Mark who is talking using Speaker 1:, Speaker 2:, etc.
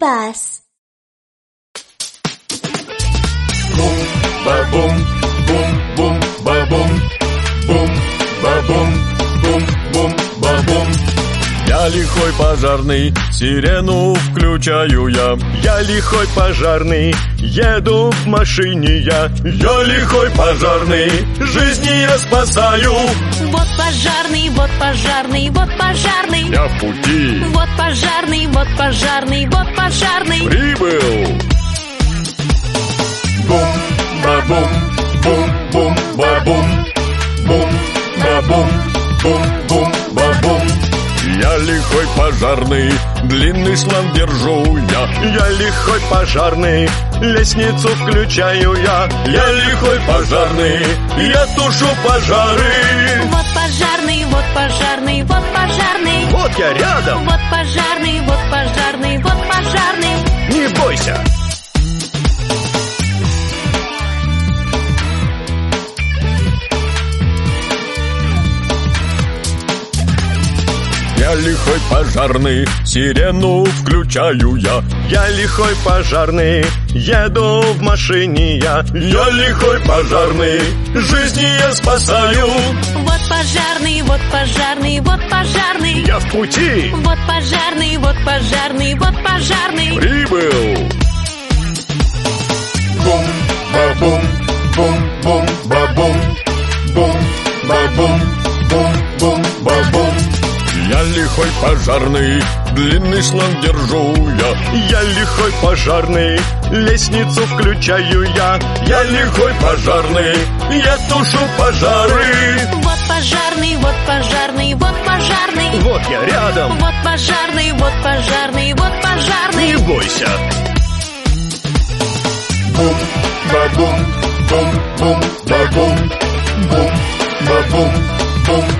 Speaker 1: bus.
Speaker 2: Бум, ба-бум, бум, бум, ба-бум, бум, ба-бум, бум, бум, ба-бум. Я лихой пожарный, сирену включаю я. Я лихой пожарный, еду в машине я. Я лихой пожарный, жизни я спасаю.
Speaker 3: Вот пожарный, вот пожарный, вот пожарный.
Speaker 2: Я в пути
Speaker 3: Вот пожарный, вот пожарный, вот пожарный.
Speaker 2: прибыл. Бум, ба-бум, бум, бум, ба-бум. Бум, ба-бум, бум, бум, ба-бум. Я лихой пожарный, длинный шланг держу я. Я лихой пожарный, лестницу включаю я. Я лихой пожарный, я тушу пожары.
Speaker 3: Вот пожарный, вот пожарный, вот пожарный.
Speaker 2: Вот я рядом,
Speaker 3: Вот пожарный, вот пожарный, вот пожарный.
Speaker 2: не бойся. Я лихой пожарный, сирену включаю я. Я лихой пожарный, еду в машине я. Я лихой пожарный, жизни я спасаю.
Speaker 3: Вот пожарный, вот пожарный, вот пожарный.
Speaker 2: Я в пути
Speaker 3: Вот пожарный, вот пожарный, вот пожарный.
Speaker 2: прибыл. Бум, ба-бум, бум, бум, ба-бум, бум, ба-бум, бум, бум, ба-бум. Я лихой пожарный, длинный шланг держу я. Я лихой пожарный, лестницу включаю я. Я лихой пожарный, я тушу пожары.
Speaker 3: Вот пожарный, вот пожарный, вот пожарный.
Speaker 2: Вот я рядом,
Speaker 3: Вот пожарный, вот пожарный, вот пожарный.
Speaker 2: не бойся. Бум, ба-бум, бум, бум, ба-бум, бум, ба-бум, бум,